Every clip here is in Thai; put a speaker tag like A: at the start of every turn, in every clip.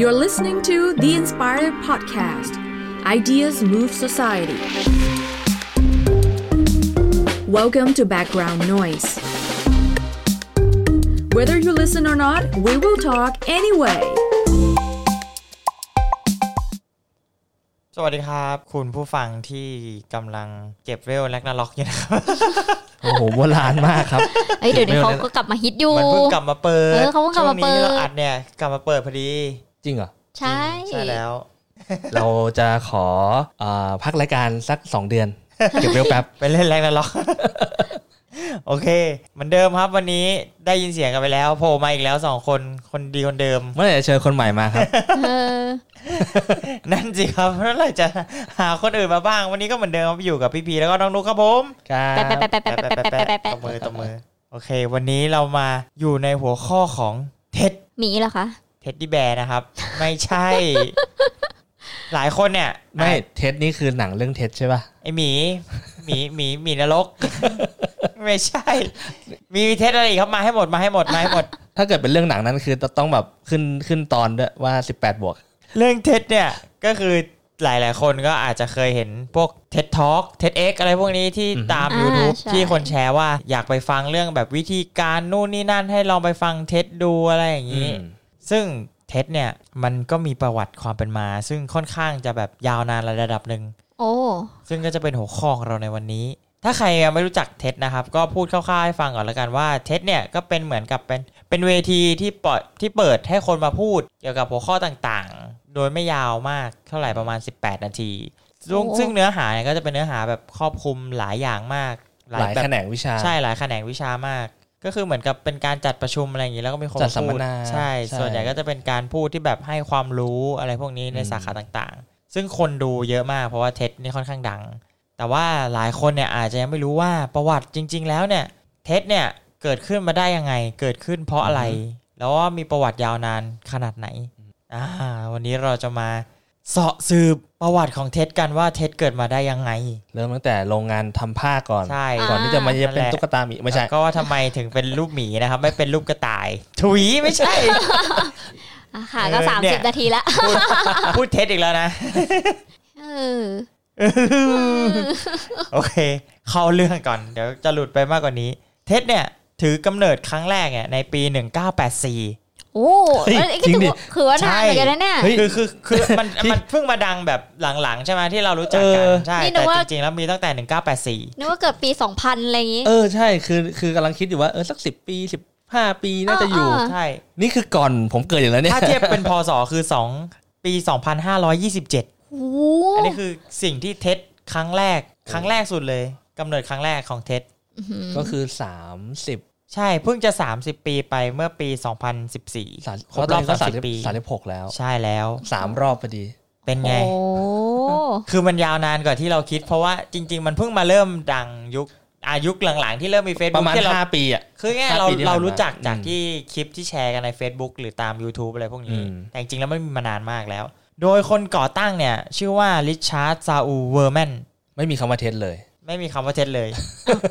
A: You're listening to The Inspired Podcast Ideas Move Society. Welcome to Background Noise. Whether you listen or not, we will talk anyway.
B: สวัสดีครับ คุณผู้ฟังที่กำลังเก็บเวลแลกนาล็อกอยู่นะครับ
C: โอ้โหโบราณมากครับ
D: เอ้ยเดี๋ยวนี้
C: ไม่
D: เขา
C: เอา
D: ก็กลับมาฮิตอยู่
B: มันเพิ่งกลับมาเปิด
D: เออเขาเพิ่งกลับมาเปิด
B: ช่วงนี้เราอัดเนี่ยกลับมาเปิดพอดี
C: จริงเหรอ
D: ใช่
B: ใช่แล้ว
C: เราจะขออาพักรายการสัก 2 เดือน เก็บเร็วแป๊บ
B: ไปเล่นแลกนาล็อก โอเคเหมือนเดิมครับวันนี้ได้ยินเสียงกันไปแล้วโผล่มาอีกแล้วสองคนคนดีคนเดิม
C: เมื่อไหร่จะเชิญคนใหม่มาครับ
D: เออ
B: นั่นสิครับเมื่อไหร่จะหาคนอื่นมาบ้าง วันนี้ก็เหมือนเดิมครับอยู่กับพี่พีแล้วก็น้องนุ๊กครับผม
C: ครับ
D: แปะแปะแปะแปะแปะแปะแปะแปะแปะ
B: ตบมือตบมือ โอเค วันนี้เรามาอยู่ในหัวข้อของเท็ด
D: หมีเหรอคะ
B: เท็ดดี้แบร์นะครับ ไม่ใช่ หลายคนเนี่ย
C: ไม่
B: อ่ะ
C: เทสนี่คือหนังเรื่องเทสใช่ป่ะ
B: ไอหมีหมีหมีหมีนรก ไม่ใช่ มีเท็ดอะไรอีกครับมาให้หมดมาให้หมดมาให้หมด
C: ถ้าเกิดเป็นเรื่องหนังนั้นคือต้องแบบขึ้นขึ้นตอนด้วยว่า 18 บวก
B: เรื่องเท็ดเนี่ยก็คือหลายหลายๆคนก็อาจจะเคยเห็นพวกเท็ดทอล์กเท็ดเอ็กอะไรพวกนี้ที่
C: อือฮึ
B: ตาม
D: อ่า
B: YouTube
D: ใช่
B: ที่คนแชร์ว่าอยากไปฟังเรื่องแบบวิธีการนู่นนี่นั่นให้ลองไปฟังเท็ดดูอะไรอย่างนี้
C: อืม
B: ซึ่งเท็ดเนี่ยมันก็มีประวัติความเป็นมา ซึ่งค่อนข้างจะแบบยาวนานระดับหนึ่ง
D: โอ้
B: ซึ่งก็จะเป็นหัวข้อของเราในวันนี้ ถ้าใครยังไม่รู้จักเท็ดนะครับ ก็พูดคร่าวๆให้ฟังก่อนแล้วกันว่าเท็ดเนี่ยก็เป็นเหมือนกับเป็นเป็นเวทีที่ปล่อยที่เปิดให้คนมาพูดเกี่ยวกับหัวข้อต่างๆ โดยไม่ยาวมากเท่าไหร่ประมาณ 18 นาทีซึ่งซึ่งเนื้อหาเนี่ยก็จะเป็นเนื้อหาแบบครอบคลุมหลายอย่างมาก
C: หลาย
B: แบบ
C: แขนงวิชา
B: ใช่หลายแขนงวิชามาก ก็คือเหมือนกับเป็นการจัดประชุมอะไรอย่างนี้แล้วก็มีคน
C: จัดสัมม
B: พู
C: นา
B: ใช่
C: ใช่
B: ส่วนใหญ่ก็จะเป็นการพูดที่แบบให้ความรู้อะไรพวกนี้ใน
C: อืม
B: สาขาต่างๆ ซึ่งคนดูเยอะมากเพราะว่าเท็ดนี่ค่อนข้างดัง แต่ว่าหลายคนเนี่ยอาจจะยังไม่รู้ว่าประวัติจริง ๆ แล้วเนี่ยเท็ดเนี่ยเกิดขึ้นมาได้ยังไง เกิดขึ้นเพราะอะไร แล้วว่ามีประวัติยาวนานขนาดไหนอ่าวันนี้เราจะมาเสาะสืบประวัติของเท็ดกันว่าเท็ดเกิดมาได้ยังไง
C: เริ่มตั้งแต่โรงงานทำผ้าก่อน
B: ใช่
C: ก่อนที่จะมาจะ
B: นั่น
C: เป็น
B: แหละ
C: ตุ๊กตาหมีไม่ใช่
B: ก็ว่าทำไมถึงเป็นรูปหมีนะครับ ไม่เป็นรูปกระต่าย ถุยไม่ใช่
D: อ่ะค่ะก็
B: เออ
D: สาม
B: เนี่
D: สิ
B: ย
D: บนาทีละ
B: พูดพูดเท็จอีกแล้วนะ
D: เออ
B: โอเค เข้าเรื่องก่อน เดี๋ยวจะหลุดไปมากกว่านี้ เท็จเนี่ย ถือกำเนิดครั้งแรกเนี่ยในปี 1984
D: โอ้เอ้ย
C: จริงดิ
D: คือว่านานเหมือนกันนะเนี่ย
C: เฮ้ย
B: คือคือคือ มันมันเพิ่งมาดังแบบหลังๆ ใช่ไหมที่เรารู้จักกัน
C: เออ
B: ใช่
D: นี่นึ
B: แต่
D: กว่า
B: จริงๆ แล้วมีตั้งแต่ 1984
D: นึกว่าเกิดปี 2000 อะไรอย่างงี้
C: เออใช่คือคือกำลังคิดอยู่ว่าเออสักสิปีสิบห้าปีน่าจะอยู่
D: เออ
B: ใช่
C: นี่คือก่อนผมเกิดอยู่แล้วเนี่ย
B: ถ้าเทียบเป็นพศคือ 2 ปี 2527
D: โอ้
B: อันนี้คือสิ่งที่เท็ดครั้งแรก ครั้งแรกสุดเลยกำเนิดครั้งแรกของเท็ด
C: ก็คือสามสิบ
B: ใช่เพิ่งจะ 30 ปีไปเมื่อปี 2014
C: สาม
B: ครบรอบ
C: ก็ตนนี้ก็
B: 30 ปี
C: สามสิบหกแล้ว
B: ใช่แล้ว
C: สามรอบพอดี
B: เป็น
D: โอ้
B: ไง คือมันยาวนานกว่าที่เราคิด เพราะว่าจริง ๆ มันเพิ่งมาเริ่มดังยุคอายุคหลังๆ ที่เริ่มมี
C: ประ
B: Facebook
C: มาณ
B: ที่เรา
C: ห้าปีอ่ะ
B: คือไง
C: ห้า
B: เรา
C: ปีที่ผ่านมา
B: เรารู้จักจาก
C: อืม
B: ที่คลิปที่แชร์กันใน Facebook หรือตาม YouTube อะไรพวกนี้
C: อืม
B: แต่จริงๆแล้วมันมีมานานมากแล้ว โดยคนก่อตั้งเนี่ยชื่อว่าริชาร์ดซาอูเวอร์แมน
C: ไม่มีคำว่าเทสเลย
B: ไม่มีคำว่าเท็จ เลย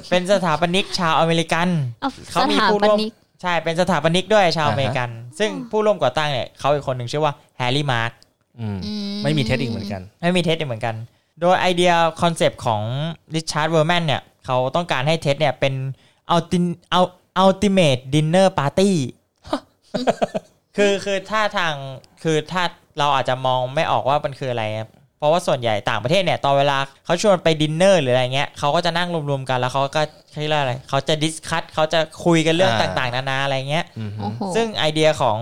B: เป็นสถาปนิกชาวอเมริกัน
D: เอา
B: เขา
D: ส
B: มี
D: ถา
B: ผู้
D: ป
B: ร่วม
D: นิก
B: ใช่ เป็นสถาปนิกด้วยชาว
C: อ่าฮะ
B: อเมริกัน ซึ่งผู้ร่วมก่อตั้งเนี่ยเขาอีกคนหนึ่งชื่อว่าแฮร์รี่มาร์ก
C: อืม
D: อื
C: ไม่มีเทสอีกเหมือนกัน
B: ไม่มีเท็จอีกเหมือนกัน โดยไอเดียคอนเซปต์ของริชาร์ดเวอร์แมนเนี่ยเขาต้องการให้เท็จเนี่ยเป็นเอาตินเอาอัลติเมทดินเนอร์ปาร์ตี้ คือคือถ้าทางคือถ้าเราอาจจะมองไม่ออกว่ามันคืออะไรนะเพราะว่าส่วนใหญ่ต่างประเทศเนี่ยตอนเวลาเขาชวนไปดินเนอร์หรืออะไรเงี้ยเขาก็จะนั่งรวมๆกันแล้วเขาก็เขาเรียกว่าอะไรเขาจะดิสคัตเขาจะคุยกันเรื่อง
C: อ่า
B: ต่างๆ นานาอะไรเงี้ย
C: อืมฮึ
D: โอ้โห
B: ซึ่งไอเดียของ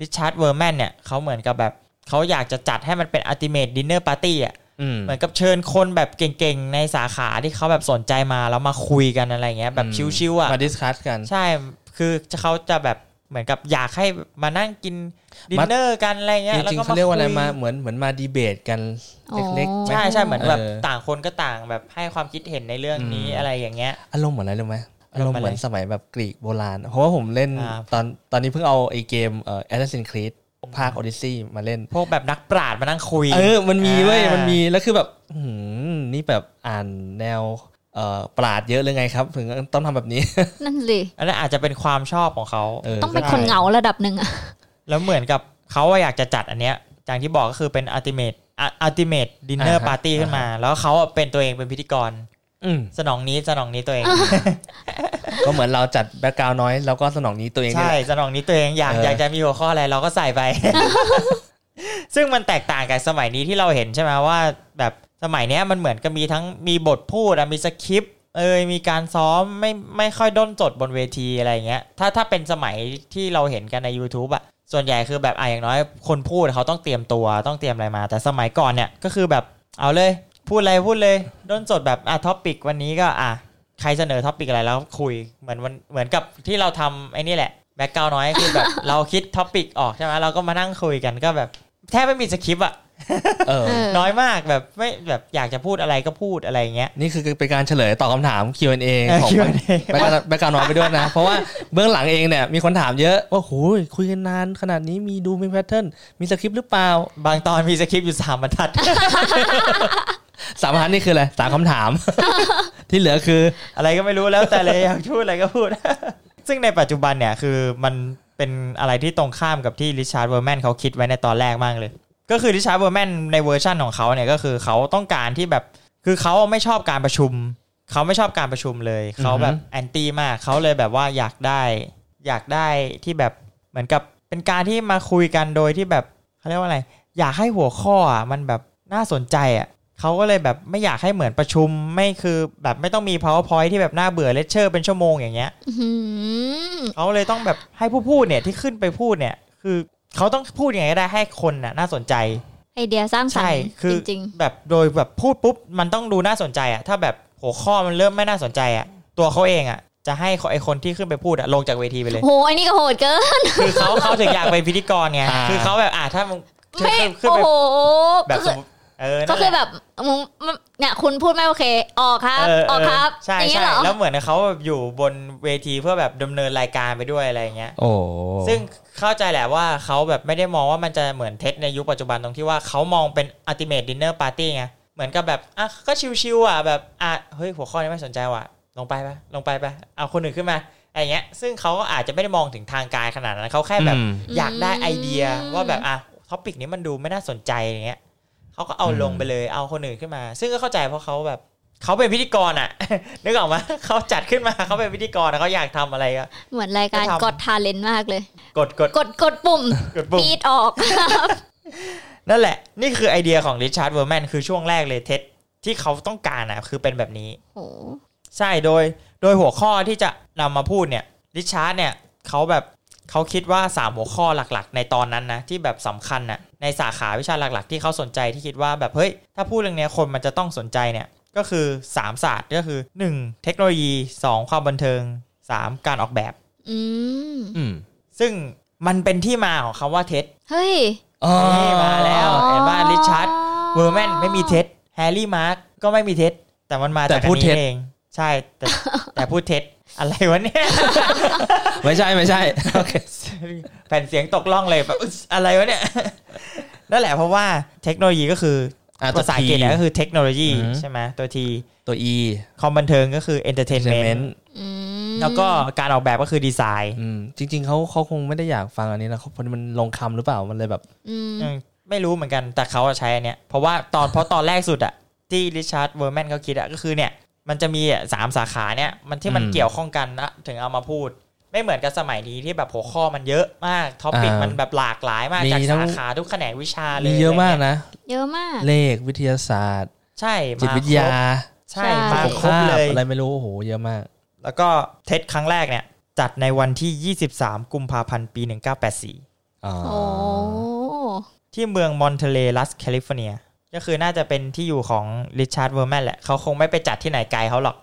B: ริชาร์ดเวอร์แมนเนี่ยเขาเหมือนกับแบบเขาอยากจะจัดให้มันเป็นอัติเม e ดินเนอร์ปาร์ตี้อ่ะ
C: อืม
B: เหมือนกับเชิญคนแบบเก่งๆ ในสาขาที่เขาแบบสนใจมาแล้วมาคุยกันอะไรเงี้ยแบบ
C: อืม
B: ชิวๆอ่ะ
C: มาดิสคัสกัน
B: ใช่คือเขาจะแบบเหมือนกับอยากให้มานั่งกินดินเนอร์กันอะไรเงี้
C: จ
B: ยแล้ว
C: ริง
B: ก็
C: ๆเขาเรียกว่าอะไร
B: คุ
C: มาเหมือนเหมือนมาดีเบตกันเล็กๆไหม
B: ใช่ใช่เหมือนแบบ
C: เออ
B: ต่างคนก็ต่างแบบให้ความคิดเห็นในเรื่องนี้
C: อืม
B: อะไรอย่างเงี้ย
C: อารมณ์เหมือนอะไรรู้ไหม
B: อา
C: อาร ร
B: ม
C: ม
B: ณ์อะไร
C: ณ์เหมือนสมัยแบบกรีกโบราณ เพราะว่าผมเล่น
B: ครับ
C: ตอนตอนนี้เพิ่งเอาไอเกมเอ่อ Assassin's Creed ภาค Odyssey มาเล่น
B: พวกแบบนักปราชญ์มานั่งคุย
C: เออ มันมีเว้ย
B: อ่ามั
C: มันมี แล้วคือแบบอื้อหือนี่แบบอ่านแนวเอ่อปราดเยอะเลยไงครับ ถึงต้องทำแบบนี้
D: นั่นสิ
B: อันนั้นอาจจะเป็นความชอบของเขา
C: เออ
D: ต้องเป็นคนเหงาระดับหนึ่งอะ
B: แล้วเหมือนกับ เขาอะอยากจะจัดอันเนี้ยอย่างที่บอกก็คือเป็น ultimate อ่ะ ultimate dinner
C: อ่าฮะ
B: party ขึ้นมา แล้วเขาอะเป็นตัวเองเป็นพิธีกร
C: อืม
B: สนองนี้สนองนี้ตัวเอง
C: ก็เหมือนเราจัดแบ็กกราวน้อย เราก็สนองนี้ตัวเองนี่
B: ใช่
C: แหละ
B: สนองนี้ตัวเองอยาก
C: เออ
B: อ
C: อ
B: ยากจะมีหัวข้ออะไรเราก็ใส่ ไป ซึ่งมันแตกต่างกับสมัยนี้ที่เราเห็นใช่ไหมว่า แบบสมัยเนี้ยมันเหมือนกับมีทั้งมีบทพูดอะมีสคริปต์เอยมีการซ้อมไม่ไม่ค่อยด้นจดบนเวทีอะไรอย่างเงี้ย ถ้าถ้าเป็นสมัยที่เราเห็นกันใน YouTube อะส่วนใหญ่คือแบบอ่ะอย่างน้อยคนพูดเขาต้องเตรียมตัวต้องเตรียมอะไรมา แต่สมัยก่อนเนี่ยก็คือแบบเอาเลย พูดอะไรพูดเลยด้นจดแบบอ่ะท็อปิกวันนี้ก็อ่ะ ใครเสนอท็อปิกอะไรแล้วคุยเหมือนวันเหมือนกับที่เราทำไอ้นี่แหละแบ็กกราวน้อยคือแบบ เราคิดท็อปิกออกใช่ไหมเราก็มานั่งคุยกันก็แบบแทบไม่มีสคริปต์อะ
C: เออ
D: เออ
B: น้อยมากแบบไม่แบบอยากจะพูดอะไรก็พูดอะไรอย่างเงี้ย
C: นี่คือเป็นการเฉลยตอบคำถาม Q&A
B: เออ
C: ของ
B: คิดว่า
C: แบ็กกราวแบ็กกราวน้อยไปด้วยนะ เพราะว่าเบื้องหลังเองเนี่ยมีคนถามเยอะว่าโหยคุยกันนานขนาดนี้มีดูมีแพทเทิร์นมีสคริปต์หรือเปล่า
B: บางตอนมีสคริปต์อยู่สามบรรทัด
C: สามพันนี่คืออะไรสามคำถาม ที่เหลือคือ
B: อะไรก็ไม่รู้แล้วแต่เลยอยากพูดอะไรก็พูด ซึ่งในปัจจุบันเนี่ยคือมันเป็นอะไรที่ตรงข้ามกับที่ริชาร์ดเวอร์แมนเขาคิดไว้ในตอนแรกมากเลย ก็คือริชาร์ดเวอร์แมนในเวอร์ชั่นของเขาเนี่ยก็คือเขาต้องการที่แบบคือเขาไม่ชอบการประชุม เขาไม่ชอบการประชุมเลยเขาแบบ
C: อือฮึ
B: แอนตี้มากเขาเลยแบบว่าอยากได้ อยากได้ที่แบบเหมือนกับเป็นการที่มาคุยกันโดยที่แบบเขาเรียกว่าอะไร อยากให้หัวข้ออ่ะมันแบบน่าสนใจอ่ะเขาก็เลยแบบไม่อยากให้เหมือนประชุมไม่คือแบบไม่ต้องมี powerpoint ที่แบบน่าเบื่อเลคเชอร์เป็นชั่วโมงอย่างเงี้ย
D: อื้อหือ
B: เขาเลยต้องแบบให้ผู้พูดเนี่ยที่ขึ้นไปพูดเนี่ย คือเขาต้องพูดยังไงก็ได้ให้คนน่ะน่าสนใจ
D: ไอเดียสร้างสรร
B: ใช่
D: ค์
B: คื
D: จ
B: อ
D: ริง
B: แบบโดยแบบพูดปุ๊บ มันต้องดูน่าสนใจอะถ้าแบบหัวข้อมันเริ่มไม่น่าสนใจอะตัวเขาเองอะจะให้ไอคนที่ขึ้นไปพูดอะลงจากเวทีไปเลย
D: ๆ โหไอนี่ก็โหดเกิน
B: คือเขาเขาถึงอยากเป็นพิธีกรไง
C: อ่า
B: คือเขาแบบอ่ะถ้ามึงขึ้น
D: ไม่
B: ขึ้น
D: โอ้
B: ไป
D: โห
B: แบบ
D: ก็
B: ส
D: คือ
B: มมุติเออ
D: ก็
B: นั่น
D: คือ
B: แหละ
D: แบบมึงมึงเนี่ยคุณพูดไม่โอเค ออกครับ
B: เ
D: ออกครับ
B: ใช่
D: อย่างเงี้ย
B: ใช่
D: เหรอ
B: แล้วเหมือนเขาแบบอยู่บนเวทีเพื่อแบบดำเนินรายการไปด้วยอะไรอย่างเงี้ย
C: โอ้
B: ซึ่งเข้าใจแหละว่าเขาแบบไม่ได้มองว่ามันจะเหมือนเทสในยุคปัจจุบันตรงที่ว่าเขามองเป็น ultimate dinner party ไง เหมือนกับแบบ อ่ะ ก็ชิวๆอ่ะ แบบ อ่ะ เฮ้ย หัวข้อนี้ไม่สนใจว่ะ ลงไปปะลงไปปะเอาคนอื่นขึ้นมาอะไรเงี้ย ซึ่งเขาก็อาจจะไม่ได้มองถึงทางการขนาดนั้นเขาแค่แบบ
C: อืม
B: อยากได้ไอเดีย
D: อืม
B: ว่าแบบ อ่ะท็อปิกนี้มันดูไม่น่าสนใจอย่างเงี้ยเขาก็เอาลงไปเลยเอาคนอื่นขึ้นมา ซึ่งก็เข้าใจเพราะเขาแบบเขาเป็นพิธีกรอ่ะ นึกออกไหมเขาจัดขึ้นมาเขาเป็นพิธีกรอะเขาอยากทำอะไรก็
D: เหมือนรายการ
B: ก็ทำ
D: กดทาเลนต์มากเลย
B: กดกด
D: กดกดปุ่ม
B: กดปุ่ม
D: ปีดออก
B: นั่นแหละ นี่คือไอเดียของริชาร์ดเวอร์แมนคือช่วงแรกเลยเท็ดที่เขาต้องการอ่ะ คือเป็นแบบนี้
D: โห
B: ใช่โดยโดยหัวข้อที่จะนำมาพูดเนี่ยริชาร์ดเนี่ยเขาแบบเขาคิดว่า 3 หัวข้อหลักๆ ในตอนนั้นนะ ที่แบบสำคัญน่ะในสาขาวิชาหลักๆ ที่เขาสนใจที่คิดว่าแบบ เฮ้ย ถ้าพูดเรื่องเนี้ยคนมันจะต้องสนใจเนี่ยก็คือ 3 ศาสตร์ก็คือ 1. เทคโนโลยี 2. ความบันเทิง 3. การออกแบบ
D: อืม
C: อืม
B: ซึ่งมันเป็นที่มาของคำว่าเท็ด
D: เฮ้ย
C: อ๋อ
B: นี่มาแล้ว เห็นป่ะ Richard เวอร์แมนไม่มีเท็จแฮร์รี่มาร์กก็ไม่มีเท็จแต่มันมาจากอันนี้เอง ใช่แต่แต่พูดเท็จอะไรวะเนี่ย
C: ไม่ใช่ไม่ใช่ โอเค
B: แผ่นเสียงตกล่องเลยแบบอุ๊ยอะไรวะเนี่ย นั่นแหละเพราะว่าเทคโนโลยีก็คือ
C: อ่ะตัว
B: ภาษาอังกฤษเนี่ย
C: T
B: ก็คือเทคโนโลยี
C: อืม
B: ใช่ไหมตัวที
C: ตัว E
B: คอมบันเทิงก็คือเอนเตอร์เทนเมน
C: entertainment
B: ต์
D: อืม
B: แล้วก็การออกแบบก็คือดีไซน์
C: อืมจริง ๆเขาเขาคงไม่ได้อยากฟังอันนี้นะเขาพอดีมันลงคำหรือเปล่ามันเลยแบบ
D: อืม
B: อืมไม่รู้เหมือนกันแต่เขาอะใช้อันเนี้ยเพราะว่าตอนเพราะตอนแรกสุดอะที่ริชาร์ดเวอร์แมนเขาคิดอะก็คือเนี่ย มันจะมีอะสามสาขาเนี่ยมันที่มัน
C: อืม
B: เกี่ยวข้องกันนะถึงเอามาพูด ไม่เหมือนกับสมัยนี้ที่แบบหัวข้อมันเยอะมากท็อปิก
C: อ่ามั
B: มันแบบหลากหลายมาก
C: มี
B: จาก
C: ทั้ง
B: สาขาทุกแขนงวิชาเล
C: มี
B: ย
C: เยอะมาก
B: ไรงี้
C: นะ
D: เยอะมาก
C: เลขวิทยาศาสตร์
B: ใช่
C: จิตวิทยา
B: ครบใช่
D: ใช่
B: มา
C: สุข
B: ครบ
C: ภาพ
B: เลย
C: อะไรไม่รู้ โอ้โห เยอะมาก
B: แล้วก็เทสครั้งแรกเนี่ย จัดในวันที่ 23 กุมภาพันธ์ปี 1984
C: อ๋อ
D: โอ้
B: ที่เมืองมอนเทเลลัสแคลิฟอร์เนีย ก็คือน่าจะเป็นที่อยู่ของริชาร์ดเวอร์แมนแหละ เขาคงไม่ไปจัดที่ไหนไกลเขาหรอก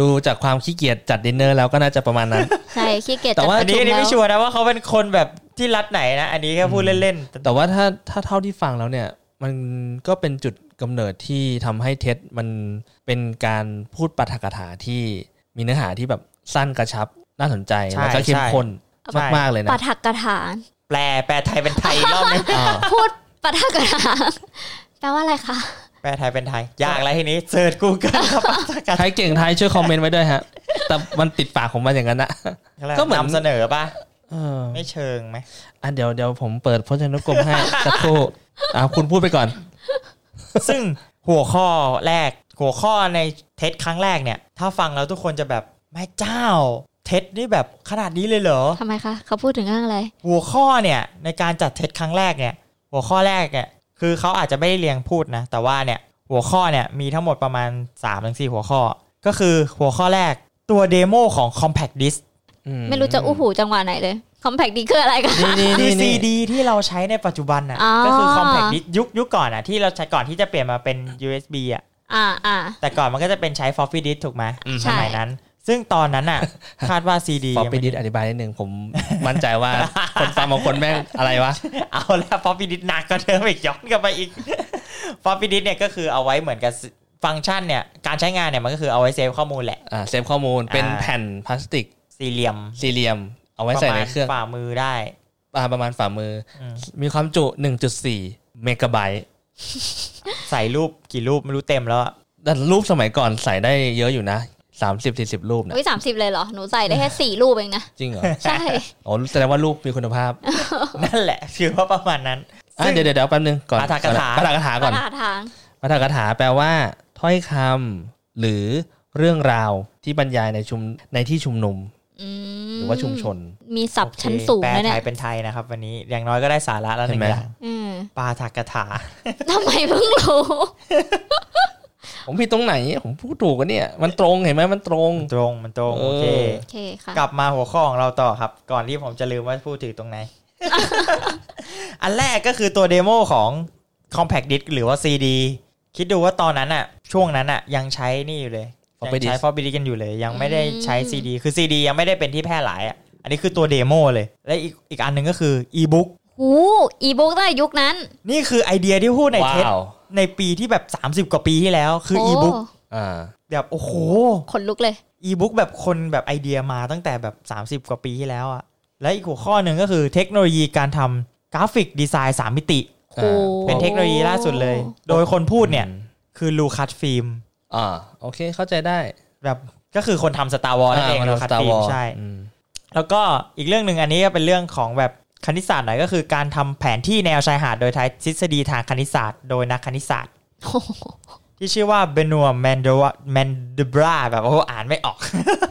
C: ดูจากความขี้เกียจจัดดินเนอร์แล้วก็น่าจะประมาณนั้น
D: ใช่ขี้เกียจ
C: แต่ว่า
B: อันนี้อันนี้ไม่ชัวร์นะว่าเขาเป็นคนแบบที่รัฐไหนนะ อันนี้แค่พูดเล่นๆแต่
C: แต่ว่าถ้าถ้าเท่าที่ฟังแล้วเนี่ย มันก็เป็นจุดกำเนิดที่ทำให้เท็ดมันเป็นการพูดปาฐกถาที่มีเนื้อหาที่แบบสั้นกระชับน่าสนใจแล้วก็เข้มข้นมากๆเลยนะ
D: ปัทักกระถาง
B: แปลแปลไทยเป็นไทยอีกรอบนึง
C: อ่า
D: พูดปัทักกระถางแปลว่าอะไรคะ
B: แปลไทยเป็นไทย ยากแล้วทีนี้เสิร์ชกูเกิลเข้าไปสักกัน
C: ใครเก่งไทยช่วยคอมเมนต์ไว้ด้วยฮะ แต่มันติดปากของมันอย่างนั้นนะ ก็
B: ก็
C: เห
B: เห
C: มื
B: มื
C: อ
B: อน นนำเสนอป่ะ
C: เออ
B: ไม่เชิงไหม
C: อ่ะเดี๋ยวเดี๋ยวผมเปิดพจนานุกรมให้ สักครู่อ่ะคุณพูดไปก่อน
B: ซึ่งหัวข้อแรก หัวข้อในเทสครั้งแรกเนี่ย ถ้าฟังแล้วทุกคนจะแบบแม่เจ้า เทสนี่แบบขนาดนี้เลยเหรอ
D: ทำไมคะ เขาพูดถึงเรื่องอะไร
B: หัวข้อเนี่ยในการจัดเทสครั้งแรกเนี่ย หัวข้อแรกเนี่ยคือเขาอาจจะไม่ได้เรียงพูดนะ แต่ว่าเนี่ยหัวข้อเนี่ยมีทั้งหมดประมาณ3-4ถึงหัวข้อ ก็คือหัวข้อแรกตัวเดโมของ compact disc
C: อื
D: ไม่รู้จะอู้หูจังหวะไหนเลย คอมแพกดีคืออะไรกัน
C: นี่
B: คือ
C: นี่นี่
B: ซี
C: นี่
B: ดีที่เราใช้ในปัจจุบัน
D: อ๋อ
B: น่ะก็คือ compact disc ยุคยุคก่อนอ่ะที่เราใช้ก่อนที่จะเปลี่ยนมาเป็น USB อ่ะ
D: อ่าอ่า
B: แต่ก่อนมันก็จะเป็นใช้ floppy disk ถูกไหม
C: อืม
D: ใช่
B: สมัยนั้น ซึ่งตอนนั้นอ่ะ คาดว่าซีดี
C: ฟอปปี้ดิสอธิบายนิดนึงผมมั่นใจ ว่า คนฟังบางคนแม่งอะไรวะ
B: เอาแล้ว floppy disk หนักกว่าเดิมอีกย้อนกลับไปอีก floppy disk เนี่ยก็คือเอาไว้เหมือนกับฟังก์ชันเนี่ยการใช้งานเนี่ยมันก็คือเอาไว้เซฟข้อมูลแหละ
C: อ่าเซฟข้อมูลเป็น
B: อ่า
C: แผ่นพลาสติก
B: สี่เหลี่ยม
C: สี่เหลี่ยม เอา
B: ป
C: ไว้
B: ระ
C: ใส่
B: มา
C: ใน
B: ณ
C: เครื่อง
B: ฝ่ามือได้
C: อ่าประมาณฝ่ามืออ
B: ม
C: มีความจุ 1.4 เมกะไบต์
B: ใส่รูปกี่รูปไม่รู้เต็มแล้วอะ
C: แต่รูปสมัยก่อนใส่ได้เยอะอยู่นะ 30-40 รูปนะ
D: วิสามสิบเลยเหรอ หนูใส่ได้แค่สี่รูปเองนะ
C: จริงเหรอ
D: ใช่
C: อ๋อแสดงว่ารูปมีคุณภาพ
B: นั่นแหละคือว่าประมาณนั้น
C: อ่ะ
B: ซึ่ ง
C: เดี๋ยวเดี๋ยวเดี๋ยวแป๊บนึงก่อน
B: ปาฐกถา
C: ปาฐกถาก่อน
D: ท่าทาง
C: ปาฐกถาแปลว่า ถ้อยคำหรือเรื่องราวที่บรรยายในชุมในที่ชุมนุม
D: อืม
C: หรือว่าชุมชน
D: มีศัพท์ชั้นสูง
B: โอเค
D: นะ
B: แปล
D: เนี่
B: ไท
D: ย
B: ยเป็นไทยนะครับ วันนี้อย่างน้อยก็ได้สาระแล้วหนึ่ง
C: เห็น
B: อ
C: ไหม
B: ย่าง
D: อืม
B: ปาฐกถา
D: ทำไมเพิ่งรู้
C: ผมผิดตรงไหน ผมพูดถูกกันเนี่ย มันตรงเห็นไหมมันตรง
B: ตรงมันตรง โอเค
C: เออ
D: โอเคค่ะ
B: กลับมาหัวข้อของเราต่อครับ ก่อนที่ผมจะลืมว่าพูดถือตรงไหน อันแรกก็คือตัวเดโมของ compact disc หรือว่า CD คิดดูว่าตอนนั้นอะช่วงนั้นอะยังใช้นี่อยู่เลย
C: Floppy
B: ยังใช้
C: disk
B: floppy disk กันอยู่เลย ยังไม่ได้ใช้ CD คือ CD ยังไม่ได้เป็นที่แพร่หลายอะอันนี้คือตัวเดโมเลย และอีกอีกอันหนึ่งก็คือ e-book
D: หูอีบุ๊กตั้งแต่ยุคนั้น
B: นี่คือไอเดียที่พูดใน
C: ว้า
B: เทป
C: ว
B: ในปีที่แบบ 30 กว่าปีที่แล้วคือ
D: โ
B: e-book
C: อ่า
B: แบบโอ้โห
D: ขนลุกเลย
B: อีบุ๊กแบบคนแบบไอเดียมาตั้งแต่แบบ 30 กว่าปีที่แล้วอะและอีกหัวข้อหนึ่งก็คือเทคโนโลยีการทำกราฟิกดีไซน์ 3 มิติ
D: โอ้
B: เป็นเทคโนโลยีล่าสุดเลย โดยคนพูดเนี่ย
C: อืม
B: คือลูคัสฟิล์ม
C: อ่าโอเคเข้าใจได้
B: แบบก็คือคนทำสตาร์วอลนั่นเอง
C: า
B: ลู
C: เรา
B: คัส
C: Star
B: ฟิล์ม
C: Wars
B: ใช่
C: อืม
B: แล้วก็อีกเรื่องหนึ่งอันนี้ก็เป็นเรื่องของแบบคณิตศาสตร์หน่อยก็คือการทำแผนที่แนวชายหาดโดยใช้ทฤษฎีทางคณิตศาสตร์ โดยนักคณิตศาสตร์
D: โอ้โห
B: ที่ชื่อว่าเบนัวแมนเดวแมนเดบราแบบโอ้โหอ่านไม่ออก